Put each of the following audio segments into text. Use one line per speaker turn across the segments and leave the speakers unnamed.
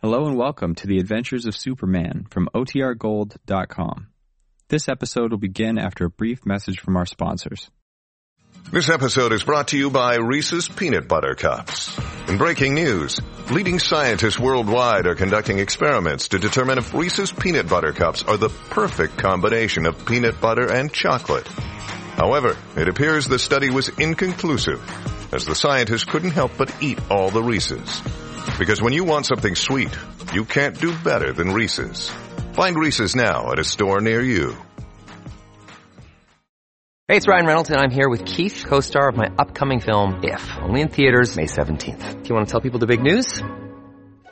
Hello and welcome to the Adventures of Superman from OTRGold.com. This episode will begin after a brief message from our sponsors.
This episode is brought to you by Reese's Peanut Butter Cups. In breaking news, leading scientists worldwide are conducting experiments to determine if Reese's Peanut Butter Cups are the perfect combination of peanut butter and chocolate. However, it appears the study was inconclusive, as the scientists couldn't help but eat all the Reese's. Because when you want something sweet, you can't do better than Reese's. Find Reese's now at a store near you.
Hey, it's Ryan Reynolds, and I'm here with Keith, co-star of my upcoming film, If, only in theaters May 17th. Do you want to tell people the big news?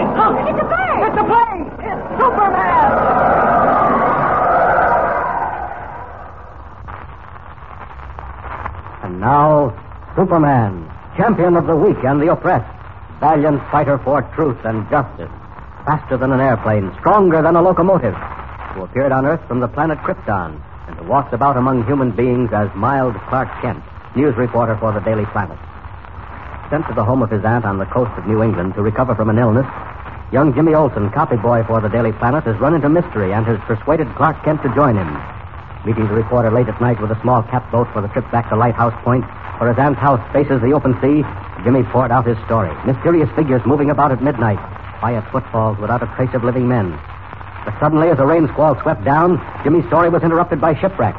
Look, it's a plane! It's a plane! It's Superman! And now, Superman, champion of the weak and the oppressed, valiant fighter for truth and justice, faster than an airplane, stronger than a locomotive, who appeared on Earth from the planet Krypton and who walked about among human beings as mild Clark Kent, news reporter for the Daily Planet. Sent to the home of his aunt on the coast of New England to recover from an illness, young Jimmy Olsen, copy boy for the Daily Planet, has run into mystery and has persuaded Clark Kent to join him. Meeting the reporter late at night with a small catboat for the trip back to Lighthouse Point, where his aunt's house faces the open sea, Jimmy poured out his story. Mysterious figures moving about at midnight, quiet footfalls without a trace of living men. But suddenly, as a rain squall swept down, Jimmy's story was interrupted by shipwreck.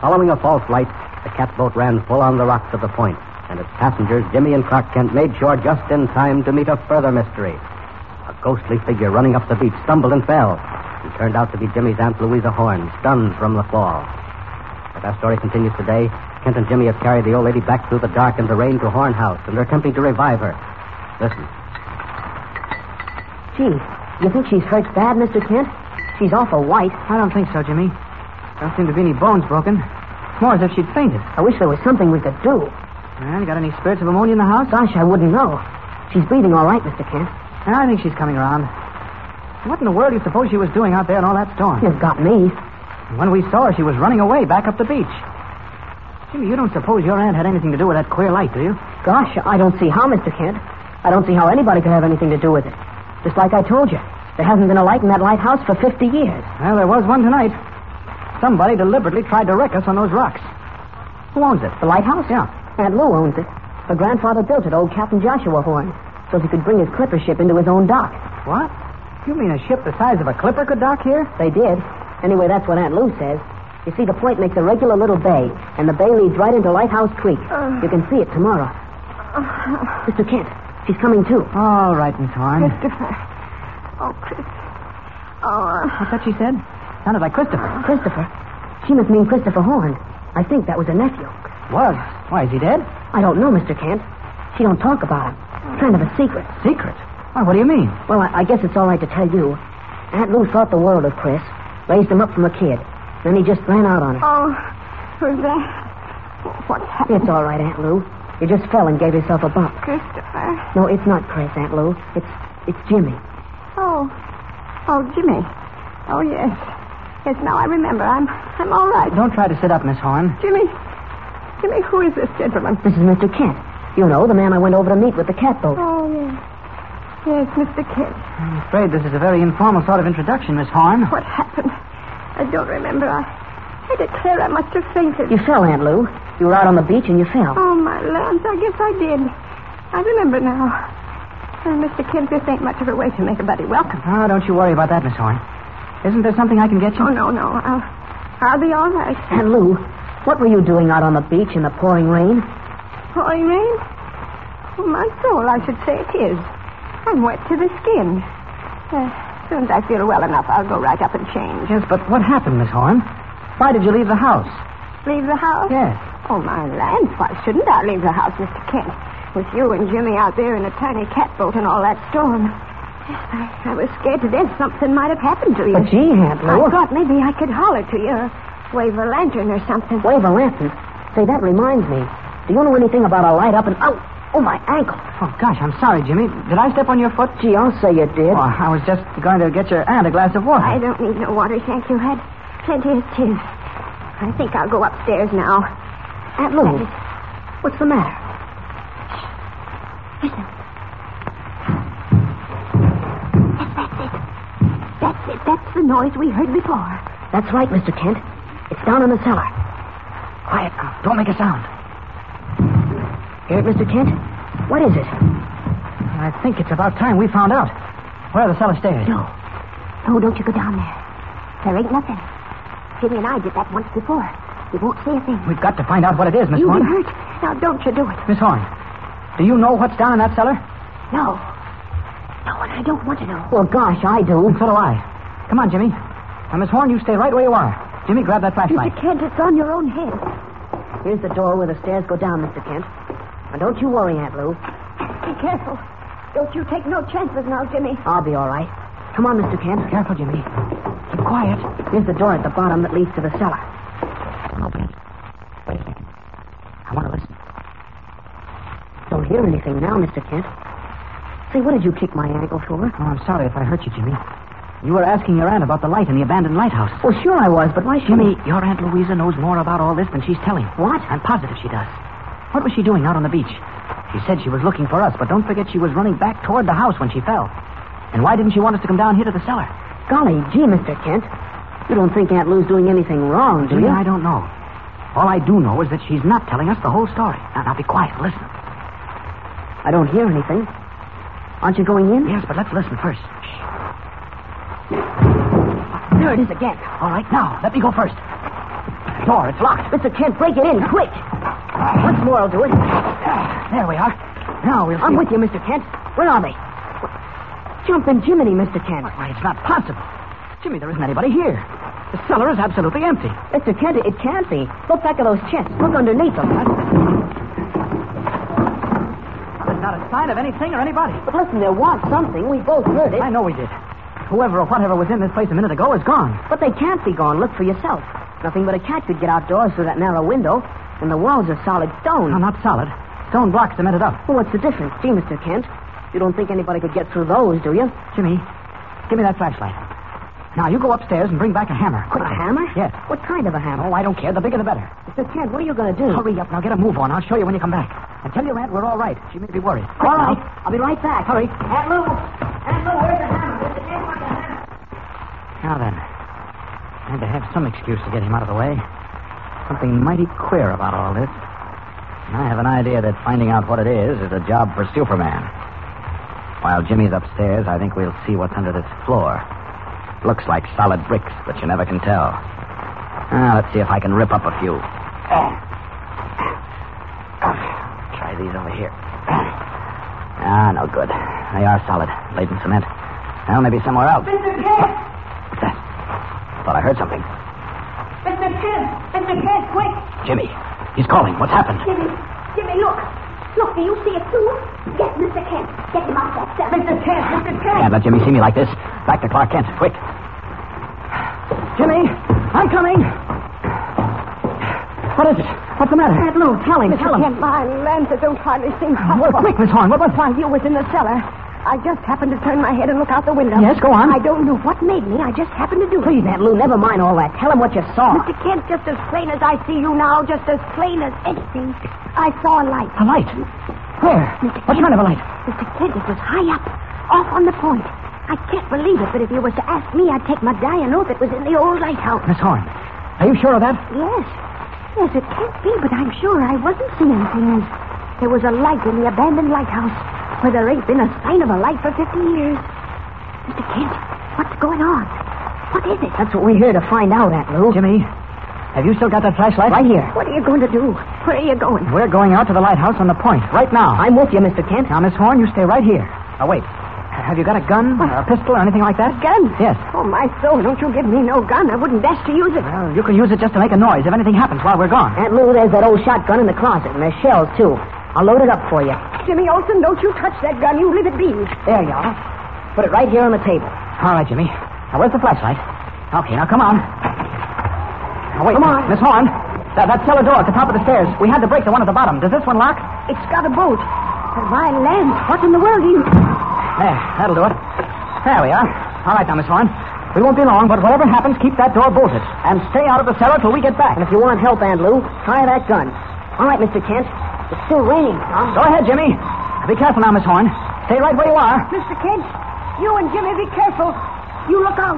Following a false light, the catboat ran full on the rocks of the point, and its passengers, Jimmy and Clark Kent, made shore just in time to meet a further mystery. A ghostly figure running up the beach stumbled and fell. It turned out to be Jimmy's Aunt Louisa Horn, stunned from the fall. As our story continues today, Kent and Jimmy have carried the old lady back through the dark and the rain to Horn House, and they're attempting to revive her. Listen.
Gee, you think she's hurt bad, Mr. Kent? She's awful white.
I don't think so, Jimmy. Don't seem to be any bones broken. It's more as if she'd fainted.
I wish there was something we could do.
Well, got any spirits of ammonia in the house?
Gosh, I wouldn't know. She's breathing all right, Mr. Kent.
I think she's coming around. What in the world do you suppose she was doing out there in all that storm?
You've got me.
When we saw her, she was running away back up the beach. Jimmy, you don't suppose your aunt had anything to do with that queer light, do you?
Gosh, I don't see how, Mr. Kent. I don't see how anybody could have anything to do with it. Just like I told you, there hasn't been a light in that lighthouse for 50 years.
Well, there was one tonight. Somebody deliberately tried to wreck us on those rocks. Who owns it?
The lighthouse?
Yeah.
Aunt Lou owns it. Her grandfather built it, old Captain Joshua Horn, so he could bring his clipper ship into his own dock.
What? You mean a ship the size of a clipper could dock here?
They did. Anyway, that's what Aunt Lou says. You see, the point makes a regular little bay, and the bay leads right into Lighthouse Creek. you can see it tomorrow. Mr. Kent, she's coming too.
All right, Miss Horn.
Oh, Chris. Oh,
What's that she said? Sounded like Christopher.
Christopher. She must mean Christopher Horn. I think that was her nephew.
Was. Why, is he dead?
I don't know, Mr. Kent. She don't talk about him. It's kind of a secret.
Secret? Why, Oh, what do you mean?
Well, I, I guess it's all right to tell you. Aunt Lou thought the world of Chris, raised him up from a kid. Then he just ran out on her.
oh, Rosette. What's happened,
It's all right, Aunt Lou. You just fell and gave yourself a bump.
Christopher?
No, it's not Chris, Aunt Lou. It's it's Jimmy.
Oh, oh, Jimmy. Oh, yes. Yes, now I remember. I'm, I'm all right.
Don't try to sit up, Miss Horn.
Jimmy, Jimmy, who is this gentleman?
This is Mr. Kent. You know, the man I went over to meet with the catboat.
Oh, yes. Yes, Mr. Kent.
I'm afraid this is a very informal sort of introduction, Miss Horn.
What happened? I don't remember. I, I declare I must have fainted.
You fell, Aunt Lou. You were out on the beach and you fell.
Oh, my lands, I guess I did. I remember now. Well, Mr. Kent, this ain't much of a way to make a buddy welcome.
Oh, don't you worry about that, Miss Horn. Isn't there something I can get you?
Oh, no, no. I'll, I'll be all right.
Aunt Lou, what were you doing out on the beach in the pouring rain?
Pouring rain? Oh, my soul, I should say it is. I'm wet to the skin. Uh, as soon as I feel well enough, I'll go right up and change.
Yes, but what happened, Miss Horn? Why did you leave the house?
Leave the house?
Yes.
Oh, my land, why shouldn't I leave the house, Mr. Kent? With you and Jimmy out there in a tiny catboat and all that storm. I, I was scared to death something might have happened to you.
But Oh, gee, Aunt Lou.
I thought maybe I could holler to you or wave a lantern or something.
Wave a lantern. Say, that reminds me. Do you know anything about a light up and out? Oh, my ankle.
Oh, gosh, I'm sorry, Jimmy. Did I step on your foot?
Gee, I'll say you did.
Oh, I was just going to get your aunt a glass of water.
I don't need no water, thank you. Had plenty of tea. I think I'll go upstairs now. Aunt
Lou.
Lou,
What's the matter?
that's it. That's the noise we heard before.
That's right, Mr. Kent. It's down in the cellar.
Quiet now. Don't make a sound.
Hear it, Mr. Kent? What is it?
I think it's about time we found out. Where are the cellar stairs?
No. No, don't you go down there. There ain't nothing. Jimmy and I did that once before. You won't see a thing.
We've got to find out what it is, Miss
you
Horn.
get hurt. Now, don't you do it.
Miss Horn, do you know what's down in that cellar?
No. No, and I don't want to know.
Well, gosh, I do.
And so do I. Come on, Jimmy. Now, Miss Horn, you stay right where you are. Jimmy, grab that flashlight.
Mr. Kent, it's on your own head.
Here's the door where the stairs go down, Mr. Kent. Now, don't you worry, Aunt Lou.
Be careful. Don't you take no chances now, Jimmy.
I'll be all right. Come on, Mr. Kent. Careful, Jimmy. Keep quiet. Here's the door at the bottom that leads to the cellar. Don't open it. Wait a second. I want to listen. Don't hear anything now, Mr. Kent. Say, what did you kick my ankle for?
Oh, I'm sorry if I hurt you, Jimmy. You were asking your aunt about the light in the abandoned lighthouse.
Well, sure I was, but why should
Jimmy, your Aunt Louisa knows more about all this than she's telling.
What?
I'm positive she does. What was she doing out on the beach? She said she was looking for us, but don't forget she was running back toward the house when she fell. And why didn't she want us to come down here to the cellar?
Golly gee, Mr. Kent. You don't think Aunt Lou's doing anything wrong, do
Jimmy,
you?
I don't know. All I do know is that she's not telling us the whole story. Now, now be quiet. Listen.
I don't hear anything. Aren't you going in?
Yes, but let's listen first. Shh.
There it is again.
All right, now let me go first. Door, it's locked.
Mr. Kent, break it in, quick. Once more, I'll do it.
There we are. Now we'll.
I'm
see-
with you, Mr. Kent. Where are they? Jump in Jiminy, Mr. Kent.
Why, it's not possible, Jimmy. There isn't anybody here. The cellar is absolutely empty.
Mr. Kent, it can't be. Look back at those chests. Look underneath them.
There's not a sign of anything or anybody.
But listen, there was something. We both heard it.
I know we did. Whoever or whatever was in this place a minute ago is gone.
But they can't be gone. Look for yourself. Nothing but a cat could get outdoors through that narrow window, and the walls are solid stone.
No, not solid. Stone blocks cemented up.
Well, what's the difference? Gee, Mr. Kent, you don't think anybody could get through those, do you?
Jimmy, give me that flashlight. Now you go upstairs and bring back a hammer. Quick.
A hammer?
Yes.
What kind of a hammer?
Oh, I don't care. The bigger the better.
Mr. Kent, what are you going to do?
Hurry up now. Get a move on. I'll show you when you come back. And tell your aunt we're all right. She may be worried.
All right. I'll be right back.
Hurry.
Aunt Lou. Aunt Lou, where's the hammer? Mr. Kent, where's the hammer?
Now then, had to have some excuse to get him out of the way. Something mighty queer about all this. And I have an idea that finding out what it is is a job for Superman. While Jimmy's upstairs, I think we'll see what's under this floor. Looks like solid bricks, but you never can tell. Ah, let's see if I can rip up a few. Try these over here. Ah, no good. They are solid, laid in cement. Well, maybe somewhere else.
Mr. Kent!
What's that? Thought I heard something.
Mr. Kent! Mr. Kent, quick!
Jimmy, he's calling. What's happened?
Jimmy, Jimmy, look. Look, do you see it too? Get Mr. Kent. Get him out that cell. Mr. Kent, Mr. Kent.
Can't let Jimmy see me like this. Back to Clark Kent, quick. Jimmy, I'm coming. What is it? What's the matter?
Aunt Lou, tell him.
Mr.
tell him.
Kent, my lantern don't hardly seem possible.
Ah, Well, quick, Miss Horn. What was
While you was in the cellar, I just happened to turn my head and look out the window.
Yes, go on.
I don't know what made me. I just happened to do
Please,
it.
Aunt Lou, never mind all that. Tell him what you saw.
Mr. Kent, just as plain as I see you now, just as plain as anything, I saw a light.
a light? Where? What kind of a light?
Mr. Kent, it was high up, off on the point. I can't believe it, but if you was to ask me, I'd take my dying oath it was in the old lighthouse.
Miss Horn, are you sure of that?
Yes. Yes, it can't be, but I'm sure I wasn't seeing things. There was a light in the abandoned lighthouse where there ain't been a sign of a light for 50 years. Mr. Kent, what's going on? What is it?
That's what we're here to find out, Aunt Lou.
Jimmy, have you still got that flashlight?
Right here.
What are you going to do? Where are you going?
We're going out to the lighthouse on the point right now.
I'm with you, Mr. Kent.
Now, Miss Horn, you stay right here. Oh, wait. Have you got a gun, or a pistol, or anything like that?
Gun?
Yes.
Oh, my soul, don't you give me no gun. I wouldn't dash to use it.
Well, you can use it just to make a noise if anything happens while we're gone.
Aunt Lou, there's that old shotgun in the closet, and there's shells, too. I'll load it up for you.
Jimmy Olsen, don't you touch that gun. You leave it be.
There you are. Put it right here on the table.
All right, Jimmy. Now, where's the flashlight? Okay, now come on. Now, wait.
Come on.
Miss Horn. That, that cellar door at the top of the stairs. We had to break the one at the bottom. Does this one lock?
It's got a bolt. But why, land, what in the world do you...
There, that'll do it. There we are. All right now, Miss Horn. We won't be long, but whatever happens, keep that door bolted. And stay out of the cellar till we get back.
And if you want help, Aunt Lou, try that gun. All right, Mr. Kent. It's still raining, Tom.
Go ahead, Jimmy. Be careful now, Miss Horn. Stay right where you are.
Mr. Kent, you and Jimmy, be careful. You look out.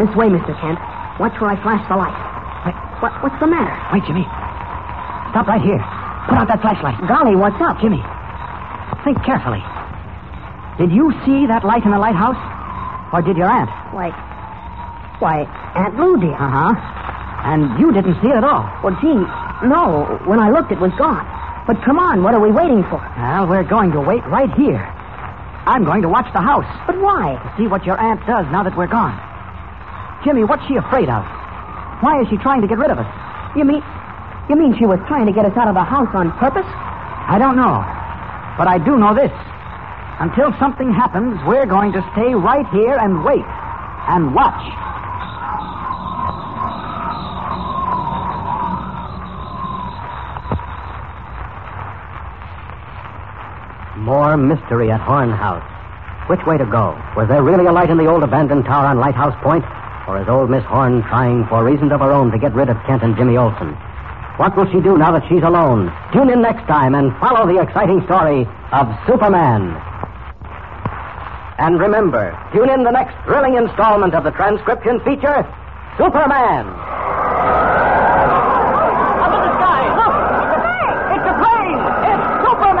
This way, Mr. Kent. Watch where I flash the light.
Wait.
What, what's the matter?
Wait, Jimmy. Stop right here. Put out that flashlight.
Golly, what's up?
Jimmy, think carefully. Did you see that light in the lighthouse? Or did your aunt?
Why, why, Aunt uh-huh. Lou, dear.
Uh huh. And you didn't see it at all.
Well, gee, no. When I looked, it was gone. But come on, what are we waiting for?
Well, we're going to wait right here. I'm going to watch the house.
But why?
To see what your aunt does now that we're gone. Jimmy, what's she afraid of? Why is she trying to get rid of us?
You mean, you mean she was trying to get us out of the house on purpose?
I don't know. But I do know this. Until something happens, we're going to stay right here and wait. And watch.
More mystery at Horn House. Which way to go? Was there really a light in the old abandoned tower on Lighthouse Point? Or is old Miss Horn trying, for reasons of her own, to get rid of Kent and Jimmy Olsen? What will she do now that she's alone? Tune in next time and follow the exciting story of Superman. And remember, tune in the next thrilling installment of the transcription feature, Superman.
Up in the sky! Look! It's a plane! It's a plane!